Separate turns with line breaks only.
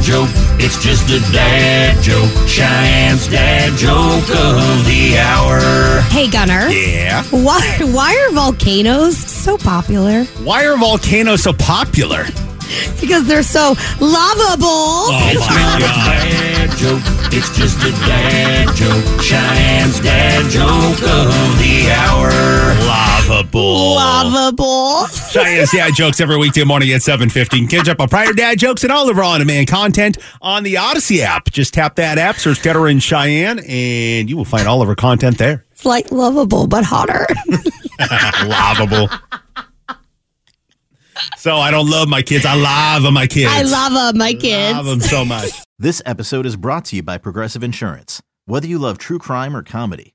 joke. It's just a dad joke. Cheyenne's dad joke of the hour.
Hey, Gunner.
Yeah.
Why, why are volcanoes so popular?
Why are volcanoes so popular?
Because they're so lovable.
Oh,
It's not a dad joke. It's just a dad joke. Cheyenne's dad joke of the hour.
Lovable.
Lovable.
Cheyenne's dad jokes every weekday morning at 7.15. Catch up on prior dad jokes and all of our on-demand content on the Odyssey app. Just tap that app, search Ketter and Cheyenne, and you will find all of our content there.
It's like lovable, but hotter.
Lovable. So I don't love my kids. I love my kids.
I love 'em, my kids.
Love them so much.
This episode is brought to you by Progressive Insurance. Whether you love true crime or comedy,